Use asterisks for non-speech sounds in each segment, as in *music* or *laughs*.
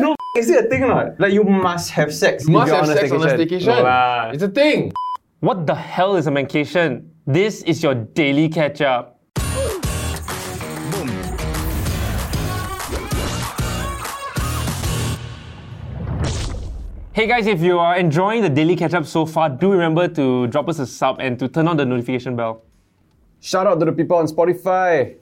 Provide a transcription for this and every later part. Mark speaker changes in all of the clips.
Speaker 1: No, is it a thing or not? Like you must have sex.
Speaker 2: You must
Speaker 1: if
Speaker 2: have
Speaker 1: you're
Speaker 2: sex on a staycation.
Speaker 3: Wow.
Speaker 2: It's a thing.
Speaker 3: What the hell is a mancation? This is your daily catch up. Hey guys, if you are enjoying the daily catch up so far, do remember to drop us a sub and to turn on the notification bell.
Speaker 2: Shout out to the people on Spotify.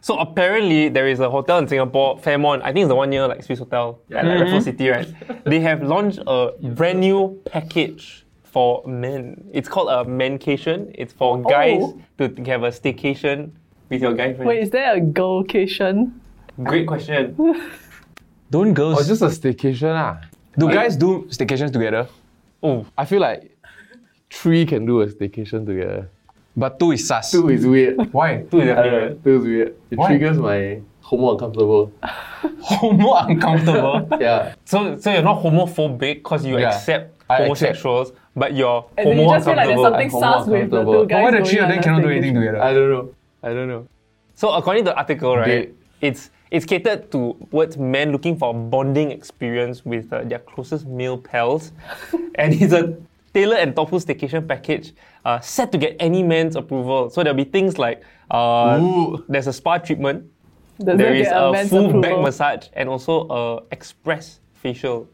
Speaker 3: So apparently there is a hotel in Singapore, Fairmont. I think it's the one near like Swiss Hotel at like, Raffles City,
Speaker 4: *laughs*
Speaker 3: right? they have launched a brand new package for men. It's called a mancation. It's
Speaker 4: Oh.
Speaker 3: for guys to t- have a staycation with your guy friend.
Speaker 4: Wait, is there a girlcation?
Speaker 3: Great question.
Speaker 1: Don't
Speaker 5: Oh,
Speaker 2: Or
Speaker 1: girls
Speaker 2: Oh, just a staycation. Ah.
Speaker 1: do guys do staycations together?
Speaker 3: Oh,
Speaker 2: I feel like three can do a staycation together.
Speaker 1: But two is sus. *laughs*
Speaker 2: Two is weird.
Speaker 1: Why?
Speaker 3: two is definitely
Speaker 2: Two is weird. It
Speaker 1: Why?
Speaker 2: triggers my homo *laughs* uncomfortable.
Speaker 1: Homo
Speaker 5: *laughs*
Speaker 4: *laughs*
Speaker 1: uncomfortable.
Speaker 2: Yeah.
Speaker 3: So, so you're not homophobic because you
Speaker 2: Yeah,
Speaker 3: accept
Speaker 2: I accept.
Speaker 3: homosexuals, but you're
Speaker 4: And then
Speaker 3: homo
Speaker 4: you just feel like there's
Speaker 3: uncomfortable.
Speaker 4: something
Speaker 2: I'm homo
Speaker 4: sus with the
Speaker 2: uncomfortable.
Speaker 4: two
Speaker 2: But
Speaker 4: guys.
Speaker 1: Why the
Speaker 4: going
Speaker 1: three of
Speaker 4: on
Speaker 1: them
Speaker 4: a
Speaker 1: cannot do
Speaker 4: staycation?
Speaker 1: anything together?
Speaker 2: I don't know. I don't know.
Speaker 3: So according to the article, right,
Speaker 2: They-
Speaker 3: it's it's catered towards men looking for a bonding experience with uh, their closest male pals, and it's a tailored and thoughtful staycation package uh, set to get any man's approval. So there'll be things like uh,
Speaker 2: Ooh.
Speaker 3: there's a spa treatment,
Speaker 4: Does
Speaker 3: there
Speaker 4: it
Speaker 3: is
Speaker 4: get
Speaker 3: a,
Speaker 4: man's
Speaker 3: full
Speaker 4: approval?
Speaker 3: back
Speaker 4: *laughs*
Speaker 3: massage, and also a express facial.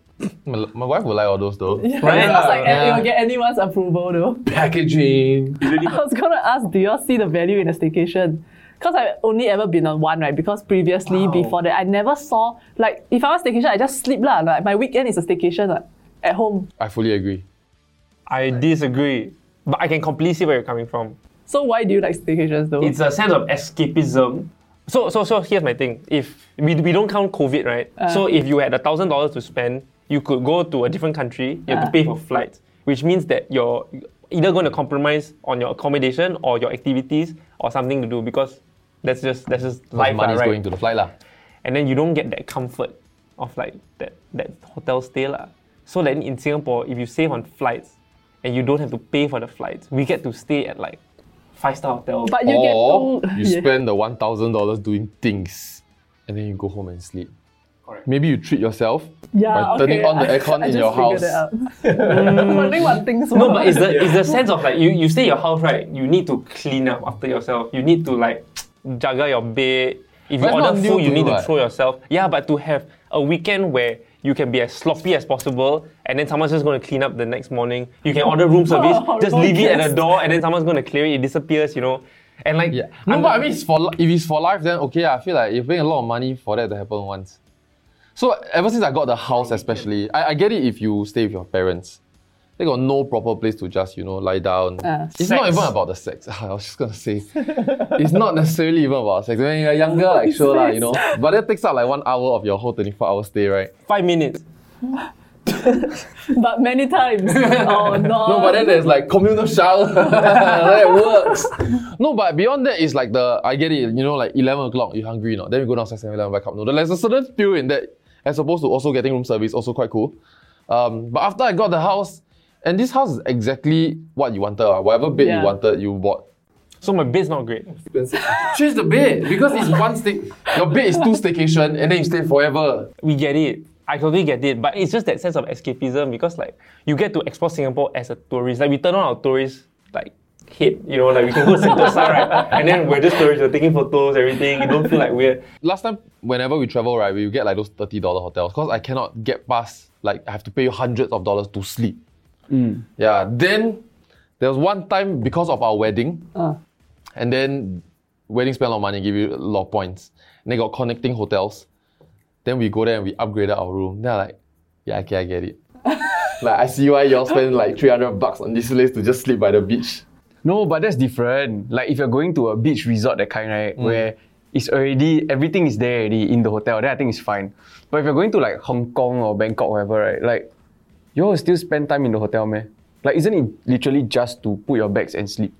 Speaker 2: My, my wife would like all those though.
Speaker 4: Yeah, it was like,
Speaker 2: Yeah.
Speaker 4: It will get anyone's approval though. *laughs*
Speaker 2: Packaging.
Speaker 4: I was gonna ask, do y'all see the value in a staycation? Because I've only ever been on one, right? Because previously, before that, I never saw like if I was staycation, I just sleep lah. Like my weekend is a staycation like, at home.
Speaker 2: I fully agree.
Speaker 3: I disagree, but I can completely see where you're coming from.
Speaker 4: So why do you like staycations though?
Speaker 3: it's a sense of escapism. So so so here's my thing. If we, we don't count COVID, right? so if you had a thousand dollars to spend, you could go to a different country. You have to pay for flights, which means that you're either going to compromise on your accommodation or your activities or something to do because that's just that's just
Speaker 2: My
Speaker 3: life,
Speaker 2: money's
Speaker 3: lah, right?
Speaker 2: going to the flight lah.
Speaker 3: and then you don't get that comfort of like that that hotel stay lah. So then in Singapore, if you save on flights and you don't have to pay for the flights, we get to stay at like five star hotels.
Speaker 4: but you
Speaker 2: or
Speaker 4: get to
Speaker 2: you
Speaker 4: *laughs* Yeah.
Speaker 2: spend the one thousand dollars doing things, and then you go home and sleep.
Speaker 3: Correct.
Speaker 2: Maybe you treat yourself by
Speaker 4: yeah,
Speaker 2: turning
Speaker 4: okay.
Speaker 2: on the aircon
Speaker 4: *laughs* I
Speaker 2: in
Speaker 4: just
Speaker 2: your
Speaker 4: figured
Speaker 2: house.
Speaker 4: that out. *laughs* I'm wondering what things
Speaker 3: No, but
Speaker 2: *laughs*
Speaker 3: it's the it's the sense of like you, you stay in your house, right? You need to clean up after yourself. You need to like juggle your bed. If you
Speaker 2: But it's
Speaker 3: order
Speaker 2: not new
Speaker 3: food, you
Speaker 2: to
Speaker 3: need
Speaker 2: you,
Speaker 3: to
Speaker 2: right?
Speaker 3: throw yourself. Yeah, but to have a weekend where you can be as sloppy as possible, and then someone's just going to clean up the next morning. You can order room
Speaker 2: *laughs*
Speaker 3: service, just leave it at the
Speaker 4: guest.
Speaker 3: door, and then someone's going to clear it. It disappears, you know. And like,
Speaker 2: Yeah. No,
Speaker 3: I'm-
Speaker 2: but I mean, it's for li- if it's for life, then okay. I feel like you're paying a lot of money for that to happen once. So ever since I got the house, especially, I, I get it if you stay with your parents. They got no proper place to just, you know, lie down.
Speaker 4: Uh,
Speaker 2: it's not
Speaker 3: Sex.
Speaker 2: even about the sex. *laughs* I was just gonna say, it's not necessarily even about sex. When you're younger, like sure lah, you know. But that takes up like one hour of your whole 24-hour stay, right?
Speaker 3: five minutes.
Speaker 4: but many times. *laughs* Oh no.
Speaker 2: No, but then there's like communal shower. *laughs* that works. No, but beyond that is like the I get it. You know, like eleven o'clock, you hungry, not? Then we go downstairs and eleven buy cup noodle. There's a certain feel in that, as opposed to also getting room service, also quite cool. Um, but after I got the house, and this house is exactly what you wanted. ah. Whatever bed you
Speaker 4: Yeah.
Speaker 2: wanted, you bought.
Speaker 3: So my bed's not great.
Speaker 2: Change the bed because it's one stick. Your bed is two staycation, and then you stay forever.
Speaker 3: we get it. I totally get it, but it's just that sense of escapism because like you get to explore Singapore as a tourist. Like we turn on our tourist like head, you know, like we can go *laughs* to Sentosa, right? And then we're just tourists, we're taking photos, everything. You don't feel
Speaker 2: *laughs*
Speaker 3: like we're
Speaker 2: last time whenever we travel right we would get like those $30 hotels because i cannot get past like i have to pay you hundreds of dollars to sleep yeah then there was one time because of our wedding and then wedding spent a lot of money give you a lot of points and they got connecting hotels then we go there and we upgraded our room they're like yeah okay i get it like i see why y'all spend like 300 bucks on this place to just sleep by the beach
Speaker 5: No, but that's different. Like if you're going to a beach resort, that kind, right?
Speaker 1: Mm.
Speaker 5: Where it's already everything is there already in the hotel. Then I think it's fine. But if you're going to like Hong Kong or Bangkok, or whatever, right? Like you all still spend time in the hotel, man. Like, isn't it literally just to put your bags and sleep?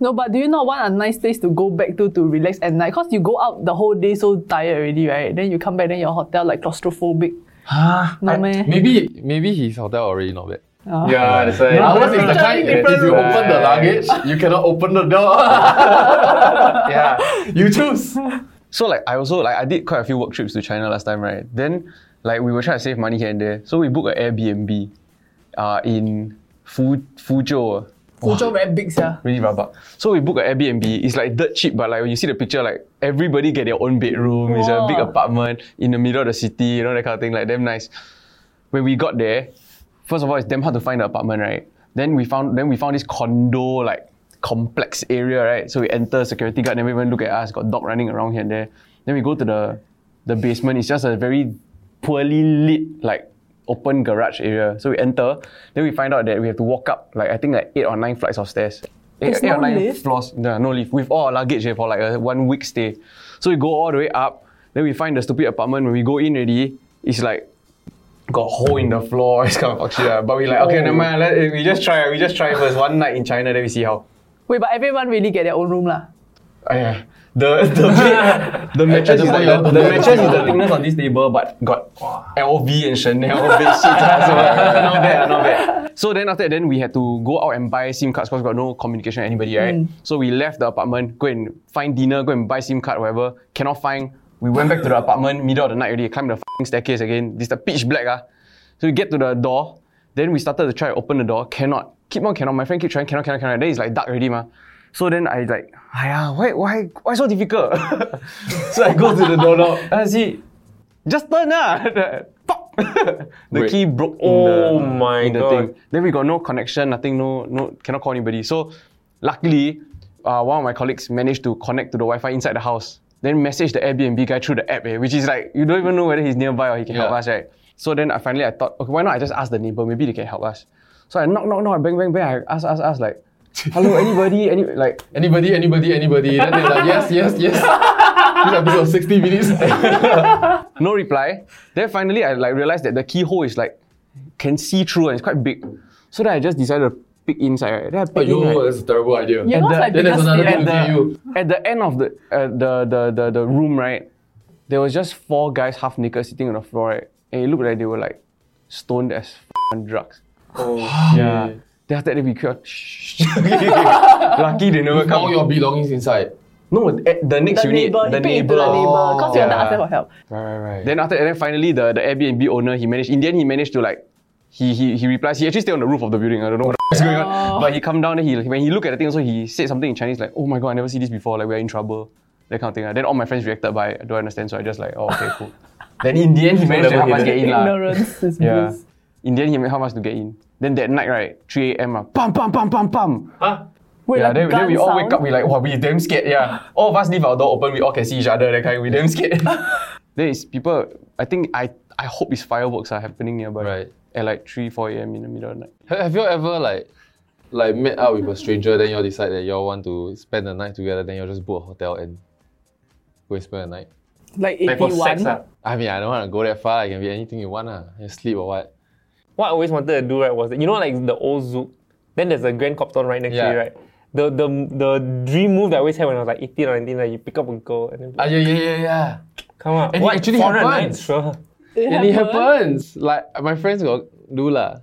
Speaker 4: No, but do you not want a nice place to go back to to relax at night? Cause you go out the whole day so tired already, right? Then you come back, then your hotel like claustrophobic. Huh? No meh. Oh.
Speaker 2: Maybe maybe his hotel already not bad.
Speaker 1: Yeah, that's why.
Speaker 2: Ours is the
Speaker 4: Totally
Speaker 2: kind that
Speaker 4: different
Speaker 2: if you open the luggage, you cannot open the *laughs* door.
Speaker 1: yeah.
Speaker 2: you choose.
Speaker 5: So like I also like I did quite a few work trips to China last time, right? Then like we were trying to save money here and there, so we booked an Airbnb, uh, in Fu Fuzhou. ah.
Speaker 4: Fuzhou very big, yeah.
Speaker 5: Really rabak. So we booked an Airbnb. It's like dirt cheap, but like when you see the picture, like everybody get their own bedroom. It's a
Speaker 4: Wow.
Speaker 5: big apartment in the middle of the city, you know that kind of thing. Like damn nice. When we got there, first of all, it's damn hard to find the apartment, right? Then we found then we found this condo like complex area, right? So we enter, security guard never even look at us. Got dog running around here and there. Then we go to the the basement. It's just a very poorly lit like open garage area. So we enter. Then we find out that we have to walk up like I think like eight or nine flights of stairs. Eight,
Speaker 4: There's
Speaker 5: eight or
Speaker 4: no
Speaker 5: nine
Speaker 4: lift?
Speaker 5: floors. No, no lift. With all our luggage eh, for like a one week stay. So we go all the way up. Then we find the stupid apartment. When we go in already, it's like got hole in the floor. *laughs* It's kind of fuck shit lah. But we like okay, never mind. Let, eh, we just try. We just try first. One night in China, then we see how.
Speaker 4: Wait, but everyone really get their own room lah.
Speaker 5: Aiyah. The
Speaker 2: *laughs*
Speaker 5: the bed- the mattress
Speaker 2: the
Speaker 5: is
Speaker 2: point,
Speaker 5: like the,
Speaker 2: you're-
Speaker 5: the mattress
Speaker 2: *laughs*
Speaker 5: is the thickness on this table, but got LV and Chanel *laughs* bed sheets. ah, so not bad, ah, not bad. So then after that, then we had to go out and buy SIM cards because got no communication with anybody, right? So we left the apartment, go and find dinner, go and buy SIM card, whatever. Cannot find. We went back to the apartment middle of the night already. Climbed the f***ing staircase again. This the pitch black ah. So we get to the door, then we started to try to open the door, cannot. Keep on cannot. My friend keep trying, cannot, cannot, cannot. Then it's like dark already, ma. So then I like, Aya, why why why so difficult? *laughs* so I go to the door now. I see, just turn ah. *laughs* Pop! the
Speaker 2: Wait.
Speaker 5: key broke in the,
Speaker 3: Oh my
Speaker 5: in the
Speaker 3: God.
Speaker 5: thing. Then we got no connection, nothing, no, no, cannot call anybody. So luckily, uh, one of my colleagues managed to connect to the Wi-Fi inside the house. Then message the Airbnb guy through the app, eh, which is like you don't even know whether he's nearby or he can help
Speaker 2: Yeah.
Speaker 5: us, right? So then I finally I thought, okay, why not I just ask the neighbor? Maybe they can help us. So I knock, knock, knock, I bang, bang, bang. I ask, ask, ask,
Speaker 3: *laughs*
Speaker 5: like, hello, anybody, any like
Speaker 2: Anybody, anybody, anybody. Then they're like, yes, yes, yes. This episode of 60 *laughs* minutes.
Speaker 5: no reply. Then finally, I like realized that the keyhole is like can see through and it's quite big. So then I just decided to peek inside. Right? Then I peeked in,
Speaker 2: Yo,
Speaker 5: right?
Speaker 2: that's a terrible idea.
Speaker 4: You know,
Speaker 5: the-
Speaker 4: like
Speaker 2: then there's
Speaker 4: because
Speaker 2: another thing
Speaker 4: they-
Speaker 2: to
Speaker 5: at
Speaker 2: give you.
Speaker 5: At the end of the, uh, the, the the the room, right, there was just four guys half naked sitting on the floor, right, and it looked like they were like stoned as f***ing drugs. Oh yeah. Then after that, we called. Lucky they never
Speaker 2: All
Speaker 5: come.
Speaker 2: your belongings inside.
Speaker 5: No, at the next
Speaker 4: the
Speaker 5: unit,
Speaker 4: neighbor,
Speaker 5: the
Speaker 4: you pay
Speaker 5: neighbor.
Speaker 4: to the neighbor, cause you want to
Speaker 5: Yeah.
Speaker 4: ask them for help.
Speaker 2: Right, right, right.
Speaker 5: Then after and then finally the, the Airbnb owner he managed in the end he managed to like he he he replies he actually stayed on the roof of the building I don't know what the f- is going on but he come down and he when he looked at the thing also he said something in Chinese like oh my god I never see this before like we're in trouble that kind of thing ah. then all my friends reacted by do I understand so I just like oh okay cool then in the end he managed to help us get in lah
Speaker 4: Ignorance is
Speaker 5: yeah
Speaker 4: bliss.
Speaker 5: in the end he helped us to get in then that night right 3 a.m. ah, pam pam pam pam pam
Speaker 4: Wait,
Speaker 5: yeah,
Speaker 4: like
Speaker 5: then, then we
Speaker 4: gun
Speaker 5: all wake
Speaker 4: sound?
Speaker 5: up, we like, wow, we damn scared, yeah. All of us leave our door open, we all can see each other, that kind, we damn *laughs* scared. there is people, I think, I, I hope it's fireworks are happening nearby.
Speaker 2: Right.
Speaker 5: At like 3, 4 a.m. in the middle of the night.
Speaker 2: Ha- Have you ever like like met up with a stranger, then you all decide that you all want to spend the night together, then you all just book a hotel and go and spend the night?
Speaker 4: like
Speaker 3: Like for sex,
Speaker 4: 81.
Speaker 3: ah.
Speaker 2: I mean, I don't want to go that far. It can be anything you want. ah. You sleep or what.
Speaker 3: What I always wanted to do, right, was that, you know, like the old zoo, then there's a Grand Copton right next to
Speaker 2: Yeah.
Speaker 3: you, right? The, the the dream move that I always had when I was like 18 or 19, like you pick up a girl and then
Speaker 2: Ah, yeah, yeah, yeah, yeah.
Speaker 3: come on.
Speaker 2: and it actually
Speaker 3: foreign
Speaker 2: happened.
Speaker 3: nights, sure.
Speaker 2: And it happens. Like, my friends got do lah.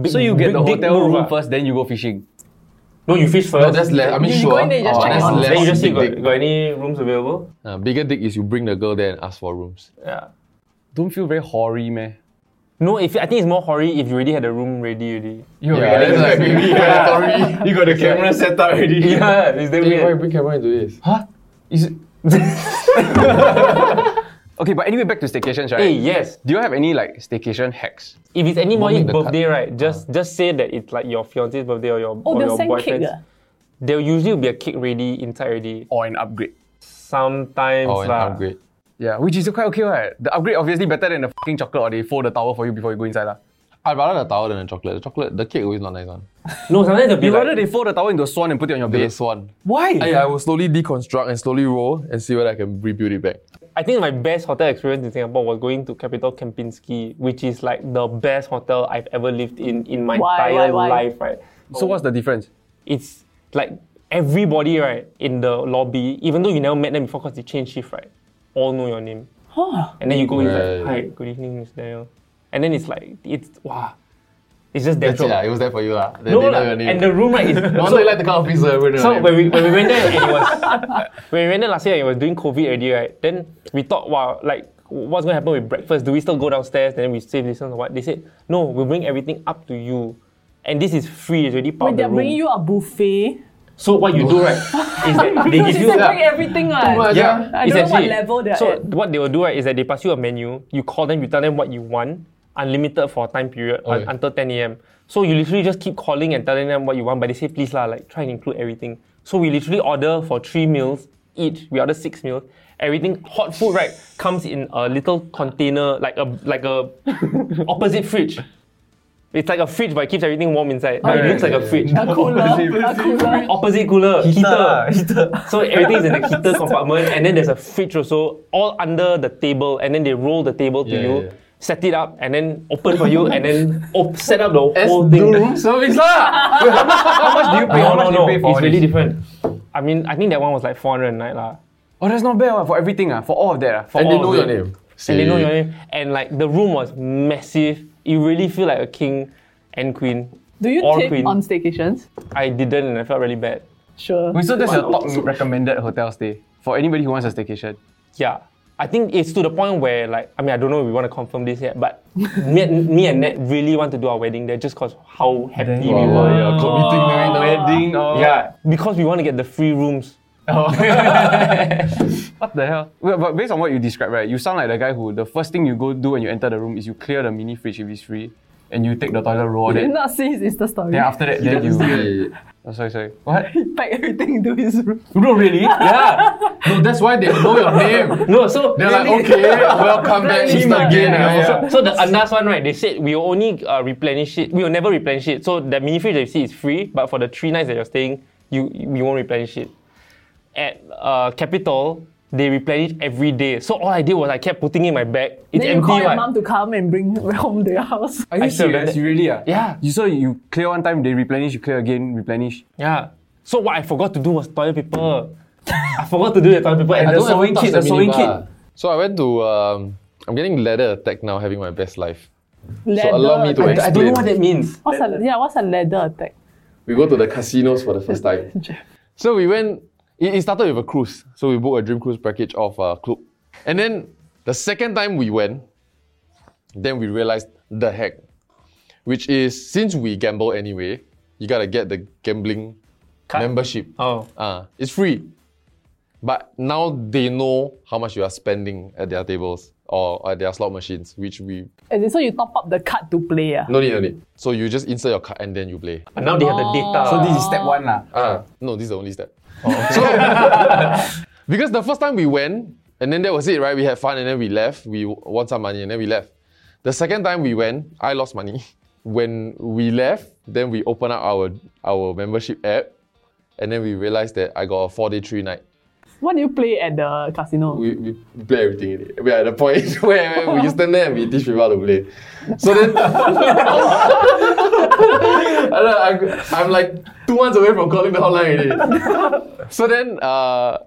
Speaker 3: Big-
Speaker 5: So you get
Speaker 3: big
Speaker 5: the
Speaker 3: dick
Speaker 5: hotel
Speaker 3: move,
Speaker 5: room
Speaker 3: ah.
Speaker 5: first, then you go fishing.
Speaker 3: No, you fish first.
Speaker 2: No, Oh, that's less. I mean,
Speaker 4: You
Speaker 2: sure.
Speaker 4: go in there, you just
Speaker 2: Oh,
Speaker 4: check
Speaker 2: that's
Speaker 4: on.
Speaker 2: less.
Speaker 3: then you just see
Speaker 2: big
Speaker 3: got,
Speaker 2: dick.
Speaker 3: got any rooms available.
Speaker 2: Ah, bigger dick is you bring the girl there and ask for rooms.
Speaker 3: Yeah.
Speaker 5: Don't feel very hoary, man.
Speaker 3: No, if I think it's more horry if you already had a room ready already.
Speaker 5: You
Speaker 2: Yeah, that's *laughs* like maybe yeah.
Speaker 5: you got the camera set up
Speaker 2: *laughs*
Speaker 5: already.
Speaker 3: *laughs* Yeah, it's that
Speaker 2: Why you
Speaker 3: weird.
Speaker 2: bring camera into this?
Speaker 5: Huh? Is it... *laughs* okay, but anyway, back to staycations, right?
Speaker 3: Hey, yes.
Speaker 5: Do you have any like staycation hacks?
Speaker 3: If it's anybody's
Speaker 2: Don't make the Uh-huh.
Speaker 3: birthday, right, just just say that it's like your fiance's birthday or your or
Speaker 4: Oh,
Speaker 3: your
Speaker 4: they'll send cake.
Speaker 3: boyfriend's.
Speaker 4: ah.
Speaker 3: There'll usually be a cake ready inside already.
Speaker 5: Or an upgrade?
Speaker 3: Sometimes
Speaker 2: Oh, and
Speaker 3: lah.
Speaker 2: upgrade.
Speaker 5: Yeah, which is quite okay, right? The upgrade obviously better than the fucking chocolate or they fold the towel for you before you go inside. lah.
Speaker 2: I'd rather the towel than the chocolate. The chocolate, the cake always not nice one.
Speaker 3: No, sometimes they'll
Speaker 5: You
Speaker 3: be
Speaker 5: rather they
Speaker 3: like,
Speaker 5: fold the towel into a swan and put it on your bed.
Speaker 2: Base one.
Speaker 5: Why?
Speaker 2: I, I will slowly deconstruct and slowly roll and see whether I can rebuild it back.
Speaker 3: I I think my best hotel experience in Singapore was going to Capital Kempinski, which is like the best hotel I've ever lived in in my
Speaker 4: Why,
Speaker 3: entire
Speaker 4: why, why?
Speaker 3: life, right?
Speaker 5: So what's the difference?
Speaker 3: It's like everybody, right, in the lobby, even though you never met them before because they changed shift, right, all know your name.
Speaker 4: Huh.
Speaker 3: And then you go in like, hi,
Speaker 2: Right.
Speaker 3: good evening, Mr. Daniel. And then it's like, it's, wow. It's just damn
Speaker 2: That's it, lah.
Speaker 3: joke.
Speaker 2: it was there for you. lah. They,
Speaker 3: No,
Speaker 2: they know
Speaker 3: lah.
Speaker 2: your name.
Speaker 3: and the room,
Speaker 2: *laughs*
Speaker 3: right, is...
Speaker 2: no wonder
Speaker 3: so-
Speaker 2: you like the kind of pizza. We know your
Speaker 3: so
Speaker 2: name.
Speaker 3: when we when we went there, and it was *laughs* when we went there last year, it was doing COVID already, right? Then we thought, wow, like what's going to happen with breakfast? Do we still go downstairs? Then we save this or what? They said, no, we bring everything up to you, and this is free. It's already part
Speaker 4: Wait,
Speaker 3: of the
Speaker 4: they're
Speaker 3: room.
Speaker 4: bringing you a buffet.
Speaker 3: so what you do, right? is
Speaker 4: *laughs*
Speaker 3: that they
Speaker 4: Because
Speaker 3: give
Speaker 4: you
Speaker 3: you
Speaker 4: said bring everything, right?
Speaker 2: yeah.
Speaker 4: I
Speaker 3: it's
Speaker 4: don't know what
Speaker 3: actually-
Speaker 4: level they're
Speaker 3: So
Speaker 4: at.
Speaker 3: what they will do right is that they pass you a menu. You call them. You tell them what you want, unlimited for a time period un-
Speaker 2: Okay.
Speaker 3: until 10 a.m. So you literally just keep calling and telling them what you want, but they say please lah, like try and include everything. So we literally order for three meals each. We order six meals. Everything hot food right comes in a little container like a like a opposite fridge. It's like a fridge, but it keeps everything warm inside. But it looks like a fridge.
Speaker 4: A cooler, *laughs* a cooler.
Speaker 3: Opposite cooler, heater.
Speaker 5: Heater.
Speaker 3: *laughs* So everything is in the heater compartment, and then there's a fridge also, all under the table, and then they roll the table to
Speaker 2: Yeah,
Speaker 3: you,
Speaker 2: yeah, yeah.
Speaker 3: set it up, and then open for you, and then
Speaker 5: *laughs*
Speaker 3: op- set up the
Speaker 2: As
Speaker 3: whole
Speaker 2: do
Speaker 3: thing. *laughs*
Speaker 2: room service lah.
Speaker 5: How much do you pay?
Speaker 3: No,
Speaker 5: How
Speaker 3: no,
Speaker 5: much
Speaker 3: no,
Speaker 5: do you pay for
Speaker 3: it's
Speaker 5: all
Speaker 3: really
Speaker 5: this?
Speaker 3: different. I mean, I think that one was like 409 lah.
Speaker 5: Oh, that's not bad ah, for everything ah, for all of that ah, for
Speaker 2: And they
Speaker 5: all
Speaker 2: *laughs* know
Speaker 5: of
Speaker 2: your
Speaker 5: it.
Speaker 2: name.
Speaker 3: And they know your
Speaker 2: Shit.
Speaker 3: name. And like the room was massive. You really feel like a king and queen.
Speaker 4: Do you
Speaker 3: Or
Speaker 4: tip
Speaker 3: queen.
Speaker 4: on staycations?
Speaker 3: I didn't, and I felt really bad.
Speaker 4: Sure.
Speaker 5: Wait, so that's your top recommended hotel stay for anybody who wants a staycation.
Speaker 3: Yeah. I think it's to the point where, like, I mean, I don't know if we want to confirm this yet, but *laughs* me, and- me and Ned really want to do our wedding there just because how happy we
Speaker 2: Wow,
Speaker 3: were.
Speaker 2: yeah, committing during the
Speaker 5: Wedding oh. or
Speaker 2: *laughs*
Speaker 3: Yeah, because we want to get the free rooms.
Speaker 5: *laughs* What the hell? Well, but based on what you described, right, you sound like the guy who the first thing you go do when you enter the room is you clear the mini fridge if it's free, and you take the toilet roll
Speaker 4: Did
Speaker 5: then.
Speaker 4: not see his Insta story.
Speaker 5: Then
Speaker 4: *laughs*
Speaker 5: after that, then you.
Speaker 2: Yeah.
Speaker 5: Oh, sorry, sorry. What?
Speaker 4: He packed everything into his room.
Speaker 5: No, really?
Speaker 3: Yeah.
Speaker 2: No, that's why they know your name.
Speaker 3: *laughs* No, so
Speaker 2: They're like, okay, welcome back, Mr. Again.
Speaker 3: *laughs* Yeah,
Speaker 2: Yeah,
Speaker 3: So, so the Andas one, right? They said we will only uh, replenish it. We will never replenish it. So the mini fridge that you see is free, but for the three nights that you're staying, you we won't replenish it. At uh, Capital, they replenish every day. So all I did was I kept putting in my bag. It's
Speaker 4: Then you
Speaker 3: empty,
Speaker 4: call your
Speaker 3: right?
Speaker 4: mum to come and bring *laughs* home to your house.
Speaker 5: Are you
Speaker 3: I still done
Speaker 5: serious?
Speaker 3: that.
Speaker 5: You really ah?
Speaker 3: Yeah.
Speaker 5: You so you clear one time, they replenish. You clear again, replenish.
Speaker 3: Yeah. So what I forgot to do was toilet paper. I forgot to do the toilet paper and
Speaker 5: I
Speaker 3: the
Speaker 5: don't
Speaker 3: sewing
Speaker 5: ever
Speaker 3: kit.
Speaker 5: touch
Speaker 3: The
Speaker 5: the
Speaker 3: sewing
Speaker 5: minibar.
Speaker 3: kit.
Speaker 2: So I went to. Um, I'm getting ladder attack now, having my best life.
Speaker 4: Ladder
Speaker 2: allow me to
Speaker 4: attack.
Speaker 3: I don't know what that means.
Speaker 4: What's a, yeah, what's a ladder attack?
Speaker 2: We go to the casinos for the first
Speaker 4: *laughs*
Speaker 2: time. *laughs* So we went. It, it started with a cruise. So we booked a dream cruise package of uh, club, and then the second time we went, then we realized the heck, which is since we gamble anyway, you gotta get the gambling membership.
Speaker 3: Oh.
Speaker 2: Ah, it's free. But now they know how much you are spending at their tables or at their slot machines, which we
Speaker 4: As in, so you top up the card to play. ah?
Speaker 2: no need, no need. So you just insert your card and then you play.
Speaker 3: But now they have the data.
Speaker 5: So this is step one lah.
Speaker 2: Ah, no, this is the only step. So- *laughs* because the first time we went, and then that was it, right? We had fun and then we left. We w- won some money and then we left. The second time we went, I lost money. *laughs* When we left, then we opened up our our membership app, and then we realized that I got a four day three night.
Speaker 4: What do you play at the casino?
Speaker 2: we, we play everything in it. We are at the point *laughs* where, where we stand there and we teach people how to play. So then, *laughs* I don't know, I'm, I'm like two months away from calling the hotline already. So then, uh,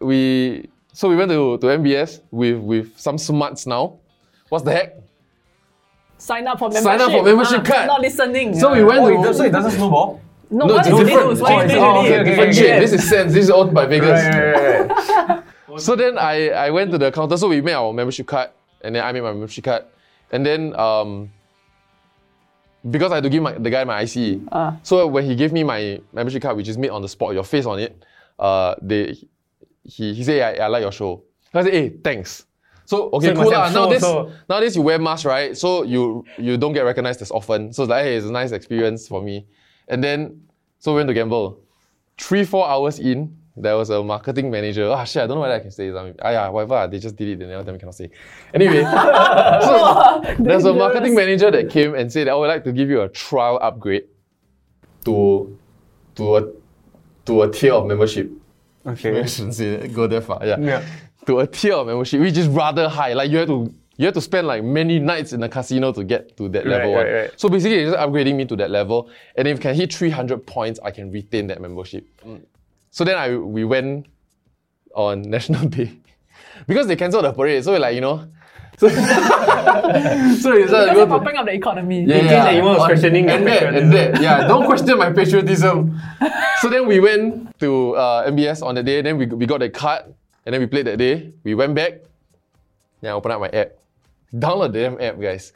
Speaker 2: we so we went to, to MBS with, with some smarts now. What's the heck?
Speaker 4: Sign up for membership.
Speaker 2: Sign up for membership
Speaker 4: ah,
Speaker 2: card.
Speaker 4: Not listening.
Speaker 2: So we went
Speaker 5: Oh,
Speaker 2: to.
Speaker 5: it does- so it doesn't snowball.
Speaker 4: no,
Speaker 2: No,
Speaker 4: what
Speaker 2: it's
Speaker 4: did they
Speaker 2: different. Oh,
Speaker 4: do?
Speaker 2: It's
Speaker 4: What
Speaker 2: all-
Speaker 4: did
Speaker 2: it's
Speaker 4: they
Speaker 2: all
Speaker 4: do?
Speaker 5: okay, okay,
Speaker 2: different
Speaker 5: okay.
Speaker 2: shit. This is Sense. This is owned by Vegas.
Speaker 5: right,
Speaker 2: *laughs* So then I, I went to the counter, so we made our membership card, and then I made my membership card. And then um, because I had to give my, the guy my IC, so when he gave me my membership card, which is made on the spot, your face on it, uh, they he, he said, I, I like your show. So I said, hey, thanks. So okay,
Speaker 3: So you
Speaker 2: cool.
Speaker 3: must
Speaker 2: lah.
Speaker 3: have show
Speaker 2: nowadays,
Speaker 3: also.
Speaker 2: nowadays you wear mask, right? So you you don't get recognized as often. So it's like, hey, it's a nice experience for me. And then so we went to gamble three, four hours in, there was a marketing manager. Ah, shit, I don't know whether I can say this. I mean, ah, yeah, whatever. ah, They just did it. They never tell me cannot say. Anyway, so there's a marketing manager that came and said, I would like to give you a trial upgrade to to a to a tier of membership.
Speaker 5: Okay.
Speaker 2: I shouldn't say that. Go that far. Yeah.
Speaker 3: Yeah.
Speaker 2: to a tier of membership, which is rather high. Like you have to you have to spend like many nights in the casino to get to that level.
Speaker 3: right,
Speaker 2: one.
Speaker 3: right.
Speaker 2: So basically, it's just upgrading me to that level. And if you can hit 300 points, I can retain that membership.
Speaker 3: Mm.
Speaker 2: So then I we went on *laughs* National Day because they cancelled the parade. So we're like you know. *laughs* So, so it's like,
Speaker 4: Because
Speaker 2: we
Speaker 4: you're
Speaker 2: want to-
Speaker 4: popping up the economy.
Speaker 2: yeah,
Speaker 3: case anyone was
Speaker 2: on-
Speaker 3: questioning your
Speaker 2: and that, and that,
Speaker 3: patriotism.
Speaker 2: yeah, don't question my
Speaker 3: *laughs*
Speaker 2: patriotism. so then we went to uh, MBS on the day. Then we, we got the card, and then we played that day. We went back. Then I opened up my app, download the damn app, guys.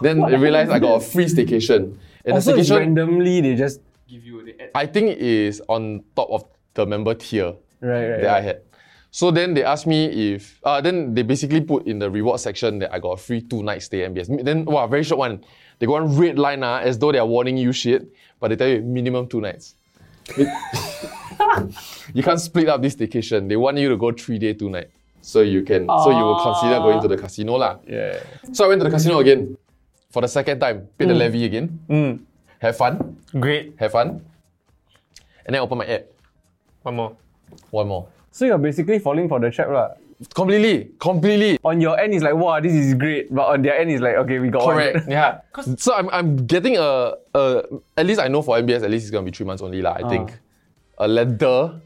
Speaker 2: Then I realized I got a free staycation, and
Speaker 5: Also,
Speaker 2: the
Speaker 5: it's
Speaker 2: staycation
Speaker 5: randomly they just give you the ad.
Speaker 2: I think is on top of the member tier
Speaker 5: Right, right.
Speaker 2: that I
Speaker 5: right.
Speaker 2: had. So then they asked me if uh, then they basically put in the reward section that I got a free two night stay at MBS. Then wow, very short one. They got one red line ah, as though they are warning you shit, but they tell you minimum two nights. *laughs* It- you can't split up this vacation. They want you to go three day two night, so you can so you will consider going to the casino lah.
Speaker 5: Yeah.
Speaker 2: So I went to the casino again for the second time. Paid the levy again. Have fun.
Speaker 3: Great.
Speaker 2: Have fun. And then I open my app.
Speaker 3: One more.
Speaker 2: One more.
Speaker 5: So you're basically falling for the trap, lah.
Speaker 2: Completely, completely.
Speaker 5: On your end, it's like, wow, this is great. But on their end, it's like, okay, we got
Speaker 2: Correct.
Speaker 5: one.
Speaker 3: Yeah.
Speaker 2: So I'm, I'm getting a, a at least I know for MBS at least it's gonna be three months only
Speaker 3: Ah.
Speaker 2: lah. I think a ladder.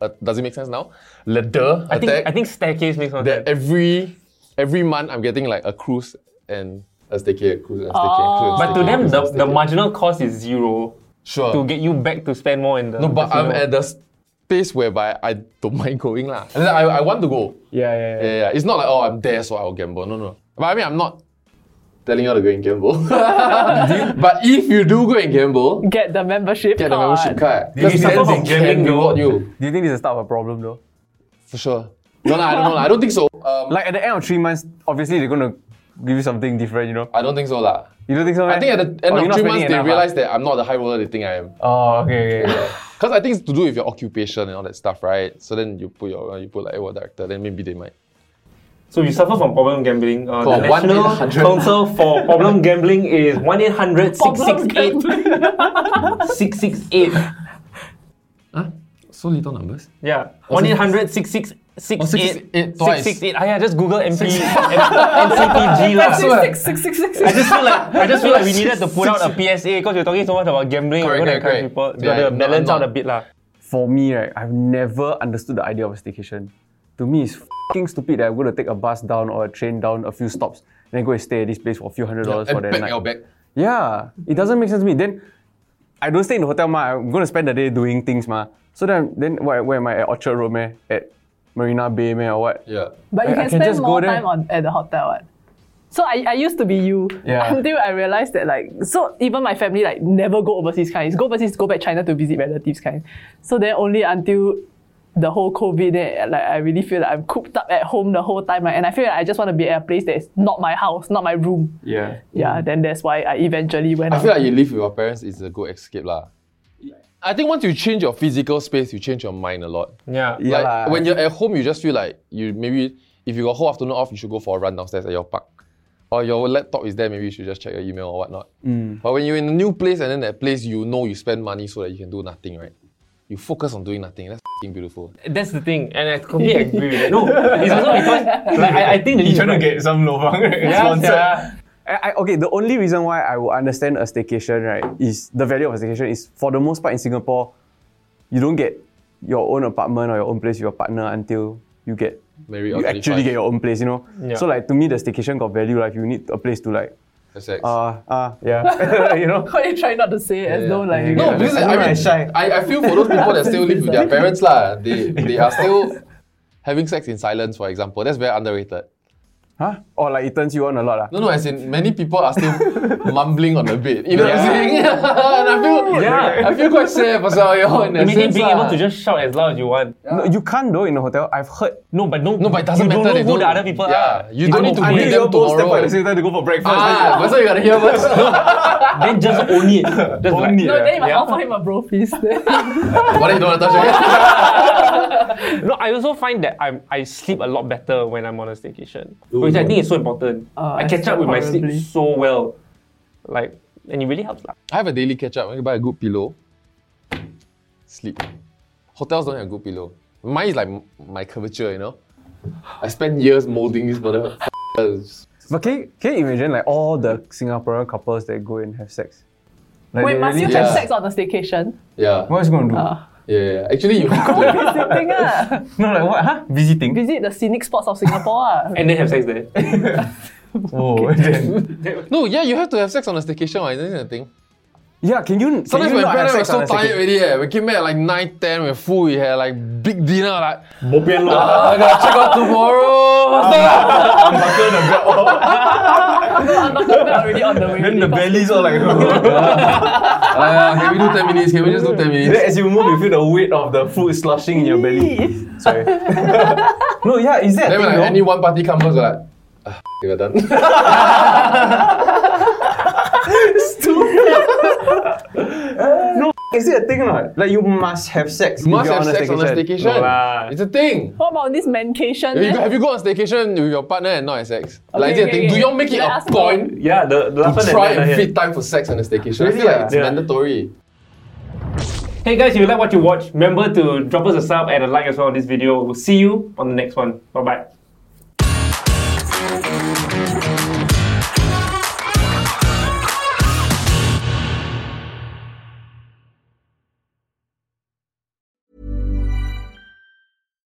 Speaker 2: Uh, does it make sense now? Ladder
Speaker 3: I think,
Speaker 2: attack.
Speaker 3: I think staircase makes more
Speaker 2: that
Speaker 3: sense.
Speaker 2: every every month I'm getting like a cruise and a staycay, a cruise and a staycay. cruise and
Speaker 3: Oh. But to
Speaker 2: staycay,
Speaker 3: them,
Speaker 2: cruise
Speaker 3: the,
Speaker 2: and
Speaker 3: the
Speaker 2: staycay.
Speaker 3: marginal cost is zero
Speaker 2: sure.
Speaker 3: to get you back to spend more in the.
Speaker 2: no, but I'm
Speaker 3: casino.
Speaker 2: at the space whereby I don't *laughs* mind going lah. And then I, I want to go.
Speaker 5: *laughs* Yeah, yeah, yeah.
Speaker 2: Yeah, yeah. It's not like oh I'm there so I'll gamble. No, no. But I mean I'm not telling you all to go and gamble. *laughs*
Speaker 3: *laughs*
Speaker 2: but if you do go and gamble,
Speaker 4: Get the membership
Speaker 2: get a
Speaker 4: card.
Speaker 2: membership card. Because
Speaker 3: suffer
Speaker 2: then
Speaker 3: from
Speaker 2: they can
Speaker 3: gambling though?
Speaker 2: reward you.
Speaker 5: Do you think this is the start of a problem, though?
Speaker 2: For sure. No, lah, I don't know. lah. I don't think so. Um,
Speaker 5: Like at the end of three months, obviously they're gonna give you something different, you know.
Speaker 2: I don't think so. lah.
Speaker 5: You don't think so?
Speaker 2: I
Speaker 5: meh?
Speaker 2: think at the
Speaker 5: Or
Speaker 2: end
Speaker 5: you're
Speaker 2: of
Speaker 5: not
Speaker 2: three
Speaker 5: spending
Speaker 2: months, they
Speaker 5: enough, ah?
Speaker 2: realize that I'm not the high roller they think I am.
Speaker 5: Oh, okay, okay. okay.
Speaker 2: Because I think it's to do with your occupation and all that stuff, right? So then you put your you put like what director, then maybe they might.
Speaker 3: So if you suffer from problem gambling, uh,
Speaker 2: Call
Speaker 3: the National
Speaker 2: 1-800.
Speaker 3: Council for Problem Gambling is 1 800
Speaker 4: *laughs* Problem
Speaker 3: 668 668.
Speaker 2: Huh? So little numbers.
Speaker 3: Yeah. 1 800 668
Speaker 2: Oh, 668 twice.
Speaker 3: 668. Ah, yeah, just Google MP,
Speaker 2: *laughs*
Speaker 3: NCPG. lah.
Speaker 2: uh,
Speaker 4: Six, six, six, six, six.
Speaker 3: I just feel like I just feel like we needed to put out a PSA because you're talking so much about gambling.
Speaker 2: Correct,
Speaker 3: we're gonna
Speaker 2: correct,
Speaker 3: encourage people
Speaker 2: correct.
Speaker 3: to gotta
Speaker 2: Yeah, no,
Speaker 3: balance
Speaker 2: no.
Speaker 3: out a bit lah.
Speaker 5: For me, right, I've never understood the idea of a staycation. To me, it's fucking stupid that I'm gonna take a bus down or a train down a few stops and then go and stay at this place for a few hundred dollars for
Speaker 2: And
Speaker 5: that
Speaker 2: back
Speaker 5: night.
Speaker 2: your back.
Speaker 5: Yeah, it doesn't make sense to me. Then I don't stay in the hotel, ma. I'm gonna spend the day doing things, ma. So then, then where, where am I at Orchard Road, meh? At Marina Bay, meh, or what?
Speaker 2: Yeah.
Speaker 4: But you
Speaker 5: I- I can
Speaker 4: can, spend
Speaker 5: just go
Speaker 4: more
Speaker 5: there.
Speaker 4: time on at the hotel. Right? So I, I used to be you
Speaker 5: Yeah.
Speaker 4: until I realized that like so even my family like never go overseas kind. It's go overseas, go back China to visit relatives kind. So then only until the whole COVID then like I really feel like I'm cooped up at home the whole time right? and I feel like I just want to be at a place that is not my house, not my room.
Speaker 5: Yeah.
Speaker 4: Yeah, then that's why I eventually went.
Speaker 2: I feel like you live with your parents is a good escape lah. I think once you change your physical space, you change your mind a lot.
Speaker 3: Yeah.
Speaker 5: Yeah,
Speaker 2: like
Speaker 5: lah.
Speaker 2: when you're at home, you just feel like you maybe if you got whole afternoon off, you should go for a run downstairs at your park. Or your laptop is there, maybe you should just check your email or whatnot.
Speaker 5: Mm.
Speaker 2: But when you're in a new place and then that place, you know you spend money so that you can do nothing, right? You focus on doing nothing. That's fing beautiful.
Speaker 3: That's the thing, and I completely agree with that. No, it's also because like I, I think
Speaker 2: *laughs*
Speaker 3: the
Speaker 5: trying to
Speaker 3: get some lobang yeah,
Speaker 5: I, I, okay, the only reason why I will understand a staycation, right, is the value of a staycation is for the most part in Singapore, you don't get your own apartment or your own place with your partner until you get
Speaker 2: Married or
Speaker 5: you actually
Speaker 2: 35.
Speaker 5: get your own place, you know.
Speaker 3: Yeah.
Speaker 5: So like to me, the staycation got value. Like you need a place to like
Speaker 2: That's sex.
Speaker 5: ah ah yeah,
Speaker 4: *laughs*
Speaker 5: *laughs* you know.
Speaker 4: *laughs* Why are you trying not to say it as
Speaker 2: Yeah,
Speaker 4: though like you
Speaker 2: no,
Speaker 4: get-
Speaker 2: because
Speaker 5: I
Speaker 2: I
Speaker 5: know I shy.
Speaker 2: mean, I, I feel for those people that still live with
Speaker 5: *laughs*
Speaker 2: their parents lah. They they are still having sex in silence, for example. That's very underrated.
Speaker 5: Huh? Or like it turns you on a lot, ah. lah.
Speaker 2: No, no, as in many people are still mumbling on the bed. You know what I'm saying? *laughs* and I feel,
Speaker 3: Yeah.
Speaker 2: I feel quite sad for some of y'all in that
Speaker 3: Imagine
Speaker 2: sense
Speaker 3: being
Speaker 2: lah.
Speaker 3: able to just shout as loud as you want.
Speaker 5: No, you can't though in a hotel. I've heard.
Speaker 3: No, but no,
Speaker 2: No, but it doesn't matter.
Speaker 3: you don't know
Speaker 2: they
Speaker 3: who the other people
Speaker 2: yeah,
Speaker 3: are.
Speaker 2: You don't need to meet
Speaker 5: you're
Speaker 2: them
Speaker 5: both step out
Speaker 2: tomorrow.
Speaker 5: at the same time to go for breakfast.
Speaker 3: *laughs*
Speaker 2: Ah, that's why you gotta hear first. *laughs*
Speaker 3: Then just own it.
Speaker 5: *laughs*
Speaker 3: Just
Speaker 5: Own
Speaker 3: like,
Speaker 5: it.
Speaker 4: No, then you might
Speaker 3: Yeah.
Speaker 4: offer him a bro
Speaker 5: *laughs*
Speaker 4: please.
Speaker 2: What if you don't want to touch it? *laughs*
Speaker 3: No, I also find that I'm, I sleep a lot better when I'm on a staycation, which I think is so important.
Speaker 4: Uh,
Speaker 3: Ah, I catch up with my sleep
Speaker 4: horribly.
Speaker 3: so well, like, and it really helps. lah.
Speaker 2: I have a daily catch up. When you buy a good pillow, sleep. Hotels don't have a good pillow. Mine is like m- my curvature, you know? I spent years molding this mother.
Speaker 5: But can you, can you imagine like all the Singaporean couples that go and have sex? Like,
Speaker 4: Wait,
Speaker 5: they
Speaker 4: must you
Speaker 5: really-
Speaker 4: have
Speaker 2: Yeah.
Speaker 4: sex on the staycation?
Speaker 2: *laughs* Yeah,
Speaker 5: What is going to do?
Speaker 2: yeah, yeah. Actually, you have to.
Speaker 3: *laughs*
Speaker 4: Visiting,
Speaker 2: *laughs*
Speaker 4: ah.
Speaker 5: no, like what? Huh? Visiting.
Speaker 4: Visit the scenic spots of Singapore.
Speaker 2: *laughs*
Speaker 4: ah.
Speaker 3: And then have sex *laughs* there.
Speaker 5: Oh, then.
Speaker 2: No, yeah, you have to have sex on a staycation, right? Isn't it a thing?
Speaker 5: Yeah, can you? Can
Speaker 2: Sometimes
Speaker 5: you
Speaker 2: my
Speaker 5: not have
Speaker 2: parents were
Speaker 5: sex
Speaker 2: so
Speaker 5: on a staycation?
Speaker 2: tired already. Eh. We came back at like 9, 10, we're full, we had like big dinner, like,
Speaker 3: Bopian
Speaker 2: ah, I gotta check out
Speaker 4: *laughs* Um,
Speaker 2: tomorrow.
Speaker 4: already on the way.
Speaker 5: Then the bellies are like. *laughs*
Speaker 2: *laughs* Ah, can we do 10 minutes? Can we just do 10
Speaker 5: Then
Speaker 2: minutes?
Speaker 5: as you move, you feel the weight of the food slushing in your belly. Sorry. no, yeah, is that?
Speaker 2: Then when
Speaker 5: thing,
Speaker 2: like,
Speaker 5: no?
Speaker 2: any one party comes first, we're like, ah, we're done.
Speaker 5: Is it a thing or not? Like you must have sex. if
Speaker 2: Must
Speaker 5: you're
Speaker 2: have sex on a staycation.
Speaker 3: No lah.
Speaker 2: it's a thing.
Speaker 4: What about this mancation?
Speaker 2: Have you,
Speaker 4: eh?
Speaker 2: have you gone on staycation with your partner and not had sex? like, it's a
Speaker 4: okay,
Speaker 2: thing.
Speaker 4: okay.
Speaker 2: Do you all make it
Speaker 4: Let
Speaker 2: a
Speaker 4: us know.
Speaker 2: point
Speaker 3: Yeah, the, the last
Speaker 2: to
Speaker 3: one
Speaker 2: try
Speaker 3: that-
Speaker 2: and
Speaker 3: yeah.
Speaker 2: fit time for sex on a staycation? I
Speaker 5: Really,
Speaker 2: feel like
Speaker 5: ah?
Speaker 2: it's
Speaker 3: Yeah.
Speaker 2: mandatory.
Speaker 3: Hey guys, if you like what you watch, remember to drop us a sub and a like as well on this video. We'll see you on the next one. Bye bye.